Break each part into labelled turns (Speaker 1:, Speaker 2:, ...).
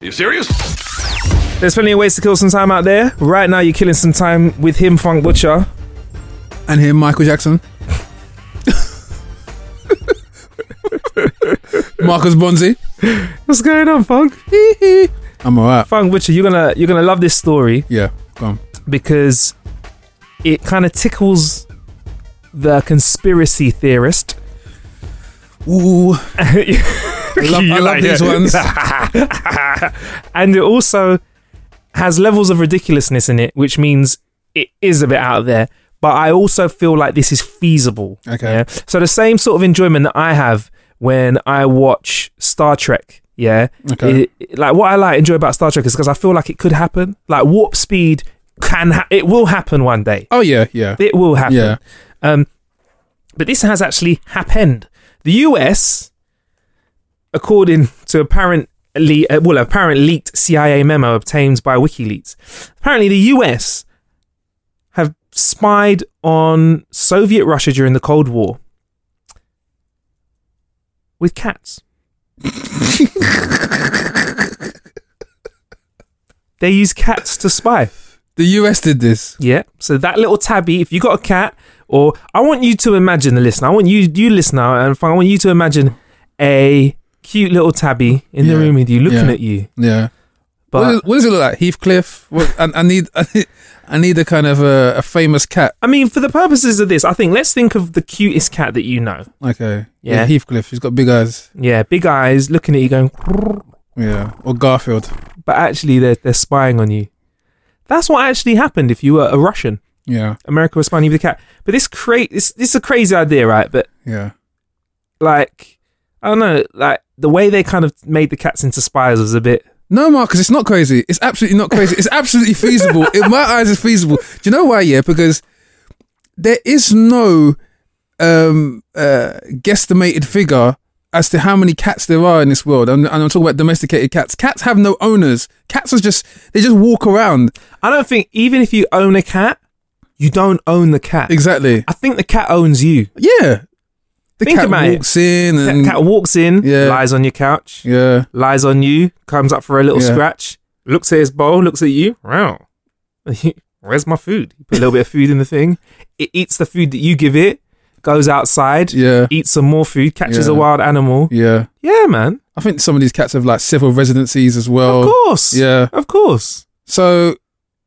Speaker 1: Are you serious?
Speaker 2: There's plenty of ways to kill some time out there. Right now, you're killing some time with him, Funk Butcher.
Speaker 3: And him, Michael Jackson. Marcus Bonzi.
Speaker 2: What's going on, Funk?
Speaker 3: I'm alright.
Speaker 2: Funk Butcher, you're gonna you're gonna love this story
Speaker 3: Yeah, go on.
Speaker 2: because it kind of tickles the conspiracy theorist.
Speaker 3: Ooh,
Speaker 2: You
Speaker 3: I love these ones.
Speaker 2: and it also has levels of ridiculousness in it, which means it is a bit out there. But I also feel like this is feasible.
Speaker 3: Okay.
Speaker 2: So the same sort of enjoyment that I have when I watch Star Trek. Yeah.
Speaker 3: Okay.
Speaker 2: It- it- like what I like enjoy about Star Trek is because I feel like it could happen. Like warp speed can ha- it will happen one day.
Speaker 3: Oh yeah, yeah.
Speaker 2: It will happen.
Speaker 3: Yeah.
Speaker 2: Um, but this has actually happened. The US, according to apparently, uh, well, apparent leaked CIA memo obtained by WikiLeaks, apparently the US have spied on Soviet Russia during the Cold War with cats. they use cats to spy.
Speaker 3: The US did this.
Speaker 2: Yeah. So that little tabby, if you got a cat, or I want you to imagine the listener. I want you, you listener, and I want you to imagine a cute little tabby in the
Speaker 3: Yeah.
Speaker 2: room with you, looking
Speaker 3: Yeah.
Speaker 2: at you.
Speaker 3: Yeah. What
Speaker 2: But
Speaker 3: does- what does it look like? Heathcliff? What, I, I need, I need, I need a kind of a, a famous cat.
Speaker 2: I mean, for the purposes of this, I think let's think of the cutest cat that you know.
Speaker 3: Okay.
Speaker 2: Yeah.
Speaker 3: Heathcliff. He's got big eyes.
Speaker 2: Yeah, big eyes, looking at you, going.
Speaker 3: Yeah. Or Garfield.
Speaker 2: But actually, they're they're spying on you. That's what actually happened. If you were a Russian,
Speaker 3: Yeah.
Speaker 2: America was spying you with a cat. But this create this this is a crazy idea, right? But
Speaker 3: Yeah.
Speaker 2: like I don't know, like the way they kind of made the cats into spies was a bit.
Speaker 3: No, Marcus, it's not crazy. It's absolutely not crazy. It's absolutely feasible. In my eyes, it's feasible. Do you know why? Yeah, because there is no um, uh, guesstimated figure as to how many cats there are in this world. And, and I'm talking about domesticated cats. Cats have no owners. Cats are just they just walk around.
Speaker 2: I don't think even if you own a cat, you don't own the cat.
Speaker 3: Exactly.
Speaker 2: I think the cat owns you.
Speaker 3: Yeah. The
Speaker 2: Think
Speaker 3: cat
Speaker 2: about it.
Speaker 3: walks in
Speaker 2: Cat,
Speaker 3: and
Speaker 2: cat walks in,
Speaker 3: Yeah.
Speaker 2: lies on your couch,
Speaker 3: yeah,
Speaker 2: lies on you, comes up for a little
Speaker 3: Yeah.
Speaker 2: scratch, looks at his bowl, looks at you. Wow, where's my food? You put a little bit of food in the thing. It eats the food that you give it. Goes outside,
Speaker 3: Yeah.
Speaker 2: eats some more food, catches
Speaker 3: Yeah.
Speaker 2: a wild animal.
Speaker 3: yeah.
Speaker 2: Yeah, man.
Speaker 3: I think some of these cats have like several residencies as well.
Speaker 2: of course.
Speaker 3: Oh, yeah.
Speaker 2: Of course.
Speaker 3: So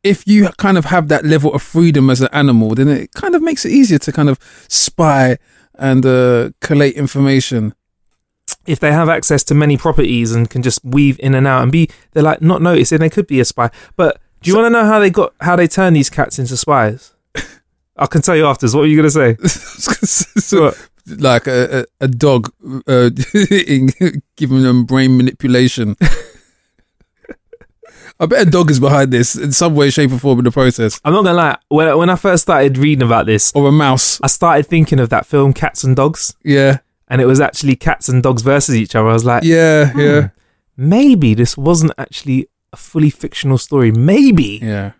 Speaker 3: if you kind of have that level of freedom as an animal, then it kind of makes it easier to kind of spy and uh, collate information.
Speaker 2: if they have access to many properties and can just weave in and out and be they're like not noticed and they could be a spy but do you want to know how they got how they turn these cats into spies i can tell you afterwards what were you going to say
Speaker 3: so,
Speaker 2: What?
Speaker 3: like a, a, a dog uh, in- giving them brain manipulation. I bet a dog is behind this in some way, shape, or form in the process,
Speaker 2: i'm not going to lie when, when i first started reading about this
Speaker 3: or a mouse.
Speaker 2: i started thinking of that film cats and dogs
Speaker 3: Yeah,
Speaker 2: and it was actually cats and dogs versus each other i was like
Speaker 3: yeah, yeah,
Speaker 2: maybe this wasn't actually a fully fictional story maybe
Speaker 3: yeah.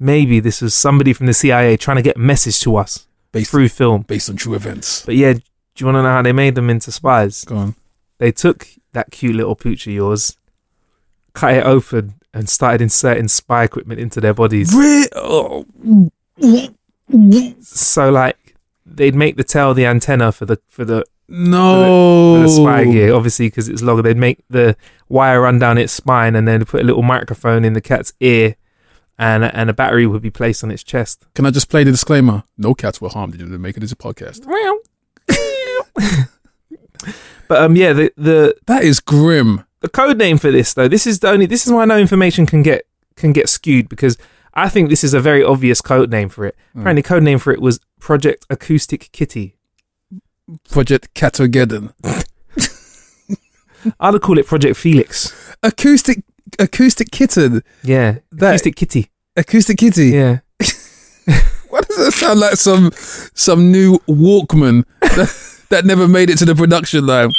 Speaker 2: maybe this was somebody from the cia trying to get a message to us
Speaker 3: Based-
Speaker 2: through film
Speaker 3: Based on true events.
Speaker 2: but yeah do you want to know how they made them into spies
Speaker 3: Go on.
Speaker 2: they took that cute little pooch of yours, cut it open, and started inserting spy equipment into their bodies.
Speaker 3: Re- oh.
Speaker 2: So like they'd make the tail the antenna for the for the
Speaker 3: No.
Speaker 2: for the spy
Speaker 3: Oh.
Speaker 2: gear, obviously, because it's longer. They'd make the wire run down its spine, and then put a little microphone in the cat's ear, and and a battery would be placed on its chest.
Speaker 3: Can I just play the disclaimer? No cats were harmed in the making of this podcast.
Speaker 2: but um, yeah, the the
Speaker 3: That is grim.
Speaker 2: the code name for this though. This is the only. This is why no information can get can get skewed because I think this is a very obvious code name for it. Apparently, code name for it was Project Acoustic Kitty.
Speaker 3: Project Catogeddon.
Speaker 2: I'd call it Project Felix.
Speaker 3: Acoustic acoustic kitten.
Speaker 2: Yeah,
Speaker 3: That-
Speaker 2: Acoustic Kitty.
Speaker 3: Acoustic kitty.
Speaker 2: Yeah.
Speaker 3: Why does that sound like some some new Walkman that, that never made it to the production line?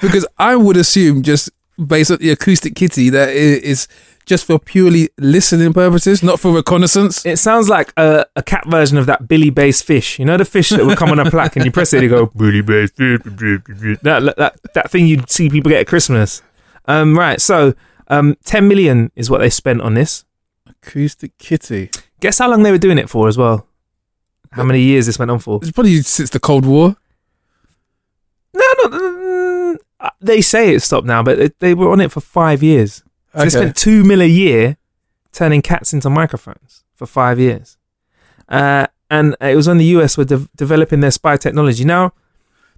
Speaker 3: Because I would assume just based on the acoustic kitty that i- is just for purely listening purposes, not for reconnaissance.
Speaker 2: It sounds like a, a cat version of that Billy Bass fish. You know the fish that would come on a plaque and you press it, you go Billy Bass fish. That that that thing you'd see people get at Christmas. Um, right. So, um, ten million is what they spent on this.
Speaker 3: Acoustic kitty.
Speaker 2: Guess how long they were doing it for as well. How many years this went on for?
Speaker 3: It's probably since the Cold War.
Speaker 2: No, no. mm, uh, They say it stopped now, but they, they were on it for five years. So They
Speaker 3: Okay.
Speaker 2: spent two mil a year turning cats into microphones for five years. Uh, and it was when the US were de- developing their spy technology. Now,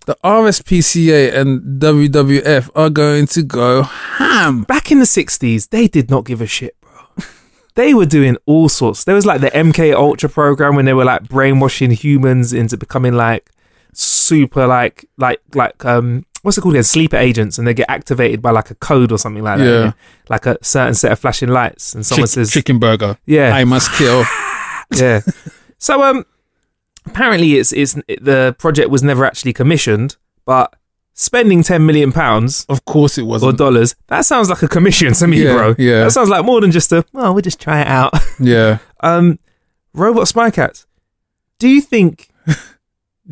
Speaker 3: The RSPCA and WWF are going to go ham.
Speaker 2: back in the 60s, they did not give a shit, bro. they were doing all sorts. There was like the MK Ultra program when they were like brainwashing humans into becoming like super like like like um what's it called again? Sleeper agents and they get activated by like a code or something like that.
Speaker 3: Yeah.
Speaker 2: innit? Like a certain set of flashing lights and someone
Speaker 3: Chick-
Speaker 2: says
Speaker 3: chicken burger.
Speaker 2: Yeah.
Speaker 3: I must kill.
Speaker 2: yeah. So um, apparently it's it's it, the project was never actually commissioned, but spending ten million pounds
Speaker 3: Of course it
Speaker 2: or
Speaker 3: wasn't.
Speaker 2: dollars that sounds like a commission to me,
Speaker 3: Yeah,
Speaker 2: bro.
Speaker 3: yeah.
Speaker 2: that sounds like more than just a "Oh, well, we'll just try it out.
Speaker 3: yeah.
Speaker 2: um, robot spy cats. Do you think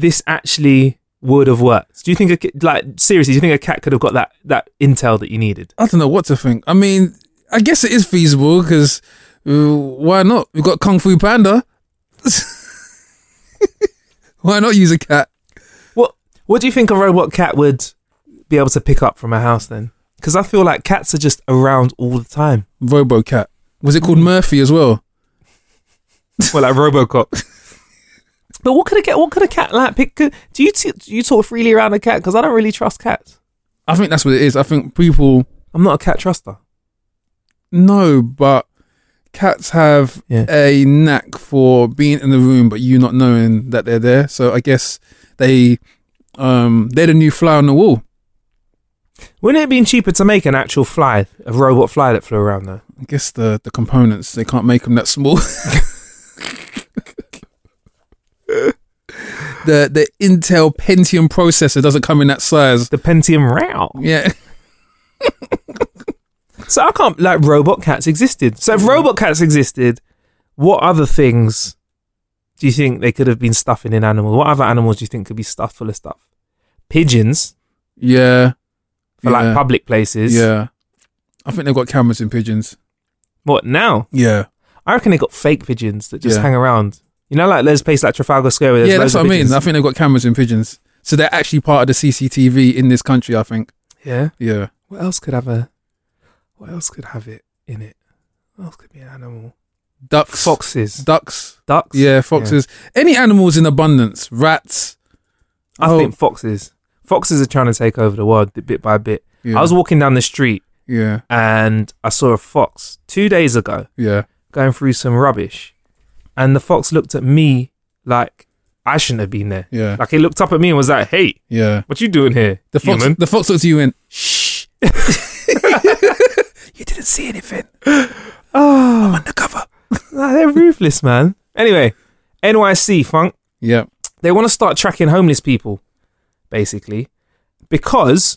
Speaker 2: this actually would have worked? Do you think a, ki- like seriously? Do you think a cat could have got that that intel that you needed?
Speaker 3: I don't know what to think. I mean, I guess it is feasible because uh, why not? We've got Kung Fu Panda. why not use a cat?
Speaker 2: What What do you think a robot cat would be able to pick up from a house then? Because I feel like cats are just around all the time.
Speaker 3: Robo Cat. Was it
Speaker 2: Hmm.
Speaker 3: called Murphy as well?
Speaker 2: Well, like RoboCop. but what could a cat? What could a cat like pick? Could, do you t- do you talk freely around a cat? Because I don't really trust cats.
Speaker 3: I think that's what it is. I think people
Speaker 2: I'm not a cat truster.
Speaker 3: know, but cats have
Speaker 2: Yeah.
Speaker 3: a knack for being in the room, but you not knowing that they're there. So I guess they um they're the new fly on the wall.
Speaker 2: Wouldn't it have been cheaper to make an actual fly, a robot fly that flew around though?
Speaker 3: I guess the the components they can't make them that small. the the Intel Pentium processor doesn't come in that size.
Speaker 2: The Pentium Row.
Speaker 3: Yeah,
Speaker 2: So I can't like robot cats existed. So if robot cats existed, what other things do you think they could have been stuffing in animals? What other animals do you think could be stuffed full of stuff? Pigeons
Speaker 3: yeah,
Speaker 2: for
Speaker 3: yeah.
Speaker 2: like public places.
Speaker 3: Yeah, I think they've got cameras in pigeons.
Speaker 2: What now?
Speaker 3: Yeah,
Speaker 2: I reckon they got fake pigeons that just
Speaker 3: Yeah.
Speaker 2: hang around. You know, like there's places like Trafalgar Square where there's
Speaker 3: yeah,
Speaker 2: loads
Speaker 3: that's
Speaker 2: of
Speaker 3: what I mean.
Speaker 2: pigeons.
Speaker 3: I think they've got cameras in pigeons, so they're actually part of the CCTV in this country. I think.
Speaker 2: Yeah.
Speaker 3: Yeah,
Speaker 2: What else could have a? What else could have it in it? What else could be an animal?
Speaker 3: ducks,
Speaker 2: Foxes,
Speaker 3: ducks.
Speaker 2: ducks.
Speaker 3: Yeah, foxes. Any animals in abundance? Rats.
Speaker 2: I
Speaker 3: Oh,
Speaker 2: think foxes. Foxes are trying to take over the world bit by bit.
Speaker 3: Yeah.
Speaker 2: I was walking down the street
Speaker 3: Yeah,
Speaker 2: and I saw a fox two days ago
Speaker 3: yeah.
Speaker 2: going through some rubbish, and the fox looked at me like I shouldn't have been there.
Speaker 3: Yeah.
Speaker 2: Like he looked up at me and was like, "Hey,
Speaker 3: Yeah.
Speaker 2: what you doing here,
Speaker 3: The fox,
Speaker 2: human?"
Speaker 3: the fox looks at you and
Speaker 2: Shh. you didn't see anything. Oh, I'm undercover. nah, they're ruthless, man. Anyway, NYC funk.
Speaker 3: yeah.
Speaker 2: They want to start tracking homeless people, basically, because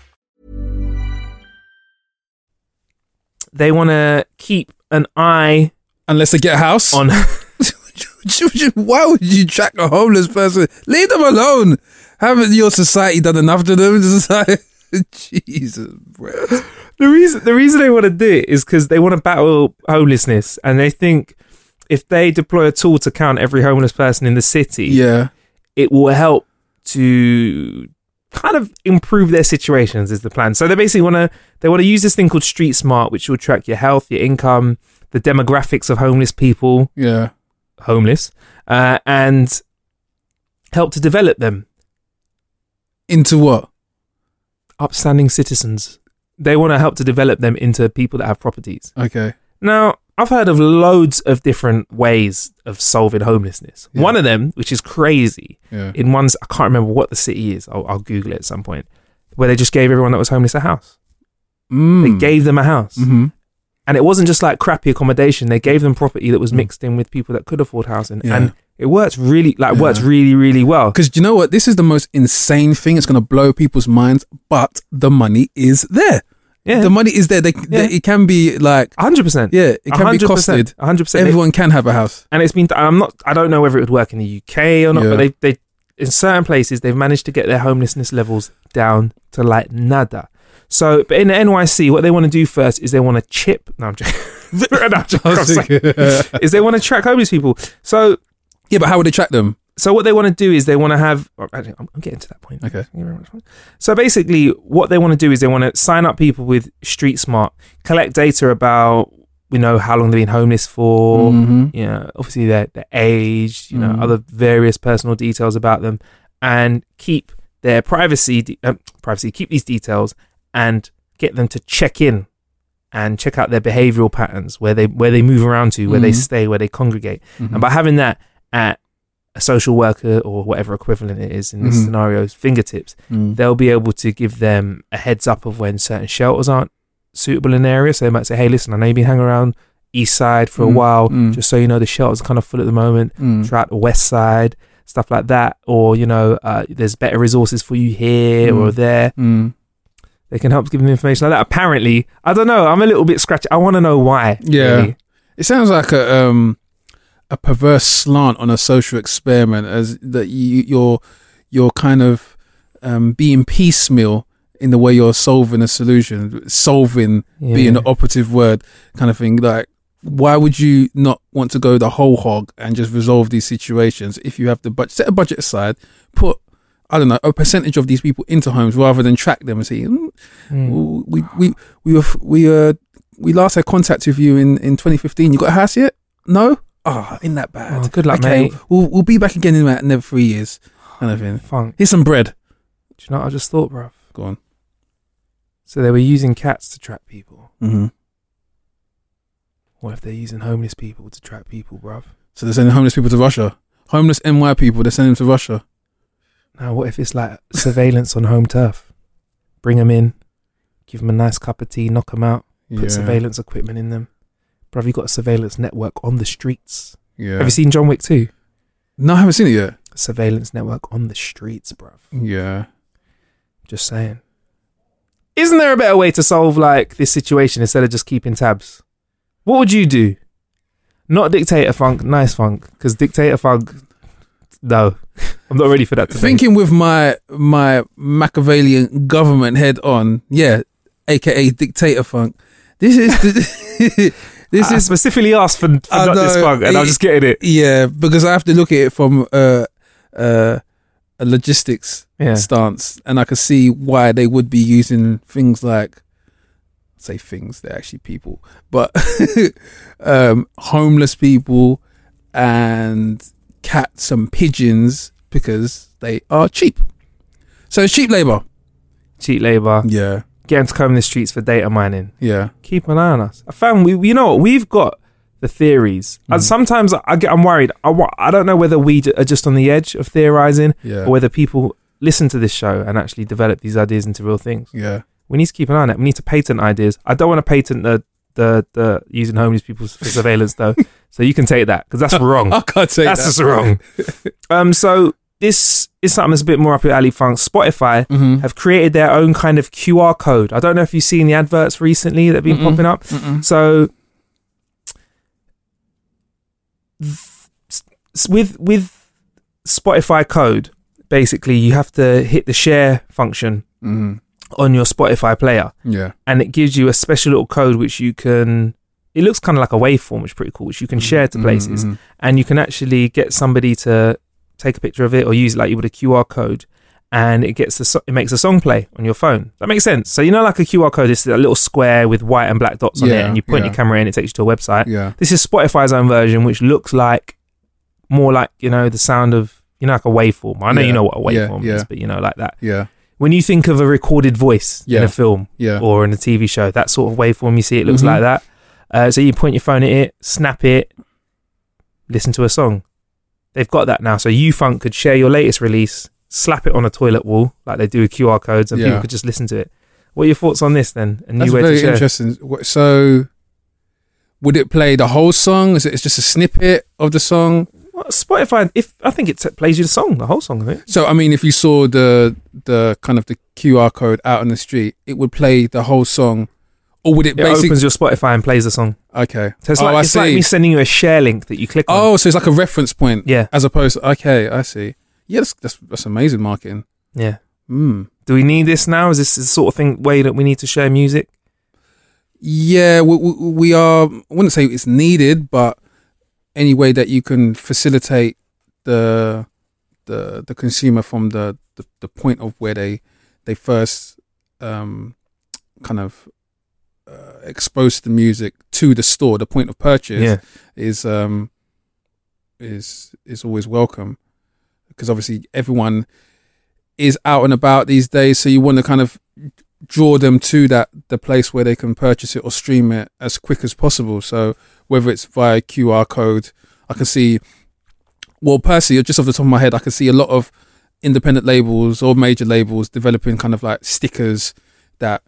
Speaker 2: They want to keep an eye
Speaker 3: Unless they get a house.
Speaker 2: on.
Speaker 3: Why would you track a homeless person? Leave them alone. Haven't your society done enough to them? Society- Jesus, bro.
Speaker 2: the reason the reason they want to do it is because they want to battle homelessness, and they think if they deploy a tool to count every homeless person in the city,
Speaker 3: Yeah.
Speaker 2: it will help to kind of improve their situations is the plan. So they basically want to they want to use this thing called Street Smart, which will track your health, your income, the demographics of homeless people,
Speaker 3: Yeah.
Speaker 2: homeless, uh, and help to develop them
Speaker 3: Into what?
Speaker 2: upstanding citizens. They want to help to develop them into people that have properties.
Speaker 3: Okay.
Speaker 2: Now, I've heard of loads of different ways of solving homelessness.
Speaker 3: Yeah.
Speaker 2: One of them, which is crazy,
Speaker 3: Yeah.
Speaker 2: in one's, I can't remember what the city is, I'll, I'll Google it at some point, where they just gave everyone that was homeless a house. They
Speaker 3: Mm.
Speaker 2: gave them a house.
Speaker 3: Mhm.
Speaker 2: And it wasn't just like crappy accommodation, they gave them property that was mixed in with people that could afford housing.
Speaker 3: Mm. Yeah.
Speaker 2: And it works really, like, works
Speaker 3: Yeah.
Speaker 2: really, really well.
Speaker 3: Because you know what? This is the most insane thing. It's going to blow people's minds, but the money is there.
Speaker 2: Yeah.
Speaker 3: The money is there. They,
Speaker 2: Yeah.
Speaker 3: they, it can be like,
Speaker 2: 100%.
Speaker 3: yeah, it can be
Speaker 2: 100%,
Speaker 3: costed.
Speaker 2: 100%. They-
Speaker 3: Everyone can have a house.
Speaker 2: and it's been I'm not I don't know whether it would work in the UK or not,
Speaker 3: Yeah.
Speaker 2: but they they in certain places they've managed to get their homelessness levels down to like nada. So, but in the NYC, what they want to do first is they want to chip. No, I'm joking. No, I'm joking. I'm sorry. is they want to track homeless people. So,
Speaker 3: Yeah, but how would they track them?
Speaker 2: so what they want to do is they want to have. oh, actually, I'm, I'm getting to that point.
Speaker 3: Okay.
Speaker 2: Thank you very much. So basically, what they want to do is they want to sign up people with Street Smart, collect data about you know how long they've been homeless for,
Speaker 3: Mm-hmm.
Speaker 2: you know, obviously their their age, you know, other various personal details about them, and keep their privacy de- uh, privacy keep these details and get them to check in and check out their behavioral patterns where they where they move around to where they
Speaker 3: Mhm.
Speaker 2: stay where they congregate and by having that at a social worker or whatever equivalent it is in this
Speaker 3: Mhm.
Speaker 2: scenario's fingertips
Speaker 3: Mm.
Speaker 2: they'll be able to give them a heads up of when certain shelters aren't suitable in the area so they might say hey listen i know you've been hanging around east side for a
Speaker 3: Mm,
Speaker 2: while
Speaker 3: mm.
Speaker 2: just so you know the shelter's kind of full at the moment
Speaker 3: Mm.
Speaker 2: try out the west side stuff like that or you know uh, there's better resources for you here or
Speaker 3: Mm.
Speaker 2: there
Speaker 3: Mm.
Speaker 2: they can help give them information like that. Apparently, I don't know. I'm a little bit scratchy. I want to know why.
Speaker 3: Yeah.
Speaker 2: really.
Speaker 3: It sounds like a um a perverse slant on a social experiment as that you, you're you're kind of um being piecemeal in the way you're solving a solution, solving
Speaker 2: Yeah.
Speaker 3: being the operative word kind of thing. Like, why would you not want to go the whole hog and just resolve these situations if you have to budget, set a budget aside, put I don't know a percentage of these people into homes rather than track them and see "Hmm, w- we we we were f- we uh we last had contact with you in in 2015. You got a house yet? No. Ah, in that bad.
Speaker 2: Oh, good luck, mate.
Speaker 3: We'll we'll be back again in about another three years. Kind of thing.
Speaker 2: Funk.
Speaker 3: Here's some bread.
Speaker 2: Do you know what I just thought, bruv?
Speaker 3: Go on.
Speaker 2: So they were using cats to trap people.
Speaker 3: Mm-hmm.
Speaker 2: What if they're using homeless people to trap people, bruv?
Speaker 3: So they're sending homeless people to Russia. Homeless NY people. They're sending them to Russia.
Speaker 2: Now, what if it's like surveillance on home turf? Bring them in, give them a nice cup of tea, knock them out, put
Speaker 3: Yeah.
Speaker 2: surveillance equipment in them. Bruv, you got a surveillance network on the streets.
Speaker 3: Yeah.
Speaker 2: Have you seen John Wick 2?
Speaker 3: No, I haven't seen it yet.
Speaker 2: Mm. Surveillance network on the streets, bruv.
Speaker 3: Yeah.
Speaker 2: Just saying. Isn't there a better way to solve like this situation instead of just keeping tabs? What would you do? Not dictator funk, nice funk, because dictator funk. No, I'm not ready for that. Today.
Speaker 3: Thinking with my my Machiavellian government head on, yeah, aka dictator funk. This is the, this
Speaker 2: I
Speaker 3: is
Speaker 2: specifically asked for, for
Speaker 3: I
Speaker 2: not this
Speaker 3: know,
Speaker 2: funk, and I'm
Speaker 3: it-
Speaker 2: just getting it.
Speaker 3: yeah because I have to look at it from uh, uh, a logistics
Speaker 2: Yeah.
Speaker 3: stance, and I can see why they would be using things like say things they're actually people, but um, homeless people and cats and pigeons because they are cheap. So it's cheap labor.
Speaker 2: Cheap labor,
Speaker 3: Yeah,
Speaker 2: get them to come in the streets for data mining.
Speaker 3: yeah.
Speaker 2: keep an eye on us. I found we, you know, what we've got the theories,
Speaker 3: Mm.
Speaker 2: and sometimes I get, I'm worried. I, wa- I don't know whether we j- are just on the edge of theorizing,
Speaker 3: Yeah.
Speaker 2: or whether people listen to this show and actually develop these ideas into real things.
Speaker 3: Yeah.
Speaker 2: We need to keep an eye on it. We need to patent ideas. I don't want to patent the the the using homeless people for surveillance though. So you can take that because that's wrong.
Speaker 3: I can't take
Speaker 2: that's
Speaker 3: that.
Speaker 2: just wrong. um, so this is something that's a bit more up your alley. Funk Spotify
Speaker 3: Mm-hmm.
Speaker 2: have created their own kind of QR code. I don't know if you've seen the adverts recently that've been popping up. So s- with with Spotify code, basically you have to hit the share function on your Spotify player,
Speaker 3: Mm-hmm. Yeah.
Speaker 2: and it gives you a special little code which you can. It looks kind of like a waveform, which is pretty cool, which you
Speaker 3: Mm-hmm.
Speaker 2: can share to places, and you can actually get somebody to take a picture of it or use it like you would a QR code, and it gets the so- it makes a song play on your phone. That makes sense. So you know, like a QR code, it's a little square with white and black dots on it,
Speaker 3: Yeah,
Speaker 2: and you point
Speaker 3: yeah.
Speaker 2: your camera in, it takes you to a website.
Speaker 3: Yeah.
Speaker 2: This is Spotify's own version, which looks like more like you know the sound of you know like a waveform. I know
Speaker 3: Yeah,
Speaker 2: you know what a
Speaker 3: yeah,
Speaker 2: waveform
Speaker 3: yeah.
Speaker 2: is, but you know like that.
Speaker 3: Yeah.
Speaker 2: When you think of a recorded voice in
Speaker 3: Yeah,
Speaker 2: a film
Speaker 3: yeah. Mm-hmm.
Speaker 2: or in a TV show, that sort of waveform you see, it looks like that. Uh, so you point your phone at it, snap it, listen to a song. They've got that now. So YouFunk could share your latest release, slap it on a toilet wall like they do with QR codes, and
Speaker 3: Yeah.
Speaker 2: people could just listen to it. What are your thoughts on this then? A new
Speaker 3: That's
Speaker 2: way
Speaker 3: very
Speaker 2: to share.
Speaker 3: interesting. Wha- So, would it play the whole song? Is it it's just a snippet of the song?
Speaker 2: Well, Spotify, if I think it t- plays you the song, the whole song, I think.
Speaker 3: So, I mean, if you saw the the kind of the QR code out on the street, it would play the whole song, or would it,
Speaker 2: It
Speaker 3: basically?
Speaker 2: opens your Spotify and plays the song.
Speaker 3: okay.
Speaker 2: So it's,
Speaker 3: oh,
Speaker 2: like,
Speaker 3: I
Speaker 2: it's like
Speaker 3: see.
Speaker 2: me sending you a share link that you click on.
Speaker 3: oh, so it's like a reference point.
Speaker 2: Yeah.
Speaker 3: As opposed, to, okay, I see. Yeah, that's that's, that's amazing marketing.
Speaker 2: Yeah.
Speaker 3: Mm.
Speaker 2: Do we need this now? Is this the sort of thing way that we need to share music?
Speaker 3: Yeah, we, we, we are. I wouldn't say it's needed, but any way that you can facilitate the the the consumer from the the, the point of where they they first um, kind of uh, expose the music to the store, the point of purchase
Speaker 2: Yeah.
Speaker 3: is um, is is always welcome because obviously everyone is out and about these days, so you want to kind of draw them to that the place where they can purchase it or stream it as quick as possible. So whether it's via QR code, I can see. Well, personally, just off the top of my head, I can see a lot of independent labels or major labels developing kind of like stickers that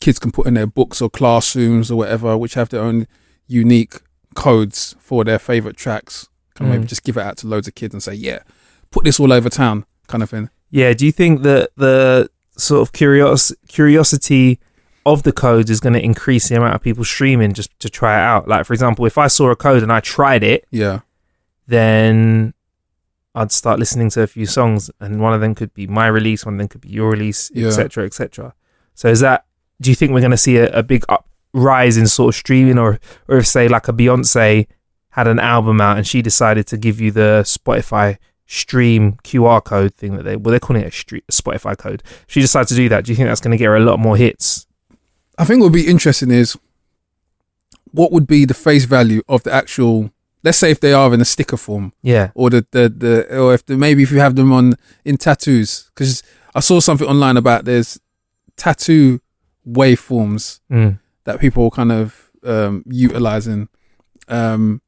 Speaker 3: kids can put in their books or classrooms or whatever, which have their own unique codes for their favorite tracks. Can maybe just give it out to loads of kids and say, "Yeah, put this all over town," kind of thing.
Speaker 2: Yeah. Do you think that the sort of curios- curiosity of the codes is going to increase the amount of people streaming just to try it out? Like, for example, if I saw a code and I tried it,
Speaker 3: Yeah,
Speaker 2: then I'd start listening to a few songs, and one of them could be my release, one of them could be your release,
Speaker 3: Yeah.
Speaker 2: etc., etc. So is that? Do you think we're going to see a, a big up rise in sort of streaming, or or if say like a Beyonce had an album out and she decided to give you the Spotify stream QR code thing that they well they're calling it a street, Spotify code. If she decided to do that. Do you think that's going to get her a lot more hits?
Speaker 3: I think what would be interesting is what would be the face value of the actual. Let's say if they are in a sticker form,
Speaker 2: Yeah,
Speaker 3: or the the, the or if the, maybe if you have them on in tattoos, because I saw something online about there's tattoo waveforms
Speaker 2: Mm.
Speaker 3: that people are kind of um, utilizing. Um,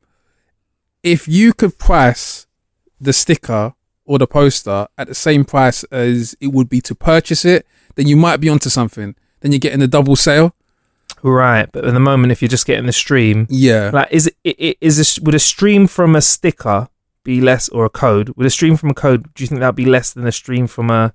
Speaker 3: if you could price the sticker or the poster at the same price as it would be to purchase it, then you might be onto something. Then you're getting a double sale.
Speaker 2: right. But at the moment, if you're just getting the stream,
Speaker 3: Yeah.
Speaker 2: like is it, it, it is this would a stream from a sticker be less or a code would a stream from a code do you think that'd be less than a stream from a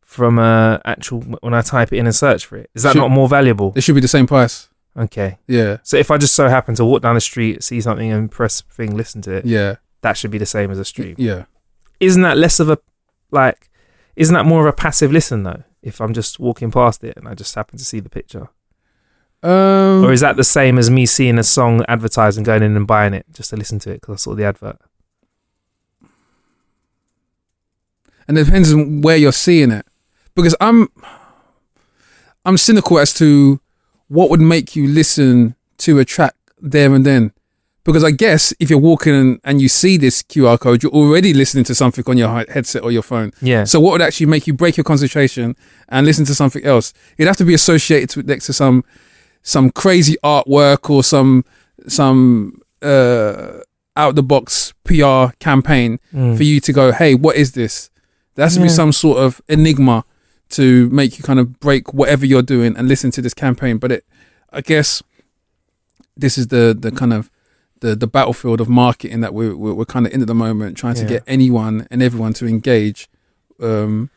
Speaker 2: from uh, actual when I type it in and search for it? Is that
Speaker 3: Should-
Speaker 2: not more valuable?
Speaker 3: They should be the same price.
Speaker 2: Okay.
Speaker 3: Yeah,
Speaker 2: So if I just so happen to walk down the street, see something and press thing, listen to it,
Speaker 3: yeah,
Speaker 2: that should be the same as a stream.
Speaker 3: yeah.
Speaker 2: Isn't that less of a like? Isn't that more of a passive listen though? If I'm just walking past it and I just happen to see the picture,
Speaker 3: Um,
Speaker 2: or is that the same as me seeing a song advertised and going in and buying it just to listen to it because I saw the advert?
Speaker 3: and it depends on where you're seeing it because i'm i'm cynical as to what would make you listen to a track there and then because i guess if you're walking and you see this qr code you're already listening to something on your hi- headset or your phone
Speaker 2: Yeah.
Speaker 3: so what would actually make you break your concentration and listen to something else it'd have to be associated with next to some some crazy artwork or some some uh out the box pr campaign for you to go hey what is this there has to be
Speaker 2: Mm. Yeah.
Speaker 3: some sort of enigma to make you kind of break whatever you're doing and listen to this campaign. But it, I guess, this is the the kind of the the battlefield of marketing that we're we're, we're kind of in at the moment, trying
Speaker 2: Yeah.
Speaker 3: to get anyone and everyone to engage, um,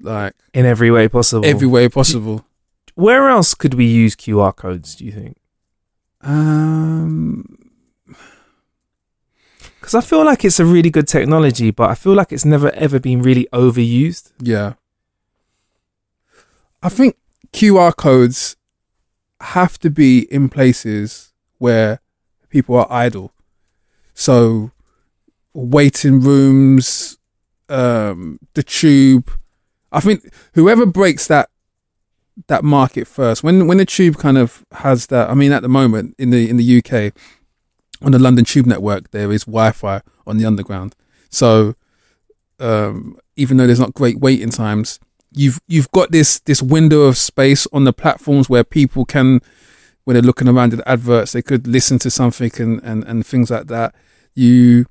Speaker 3: like
Speaker 2: In every way possible.
Speaker 3: every way possible.
Speaker 2: Where else could we use QR codes? Do you think?
Speaker 3: Um,
Speaker 2: Because I feel like it's a really good technology, but I feel like it's never ever been really overused.
Speaker 3: Yeah. I think QR codes have to be in places where people are idle. So waiting rooms, um, the tube. I think whoever breaks that that market first, when when the tube kind of has that I mean at the moment in the in the UK on the London Tube network there is Wi Fi on the underground. So um, even though there's not great waiting times, you've you've got this this window of space on the platforms where people can, when they're looking around at adverts, they could listen to something and and and things like that. You,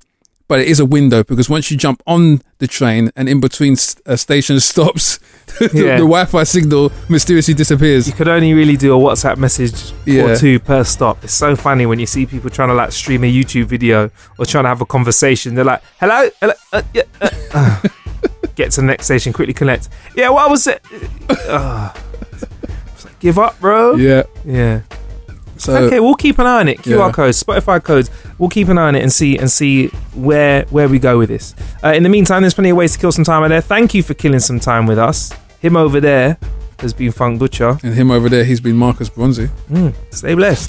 Speaker 3: but it is a window because once you jump on the train and in between s- uh, station stops, the,
Speaker 2: Yeah.
Speaker 3: the Wi-Fi signal mysteriously disappears.
Speaker 2: You could only really do a WhatsApp message
Speaker 3: Yeah.
Speaker 2: or two per stop. It's so funny when you see people trying to like stream a YouTube video or trying to have a conversation. They're like, "Hello, hello, uh, yeah, uh, uh." get to the next station, quickly connect." Yeah, what was it? Ugh. It's like, give up, bro.
Speaker 3: Yeah.
Speaker 2: yeah.
Speaker 3: So
Speaker 2: okay, we'll keep an eye on it. QR
Speaker 3: Uh, Yeah.
Speaker 2: codes, Spotify codes. We'll keep an eye on it and see and see where where we go with this. Uh, in the meantime, there's plenty of ways to kill some time out there. Thank you for killing some time with us. Him over there has been Funk Butcher.
Speaker 3: and him over there, he's been Marcus Bronzy.
Speaker 2: Mm, stay blessed.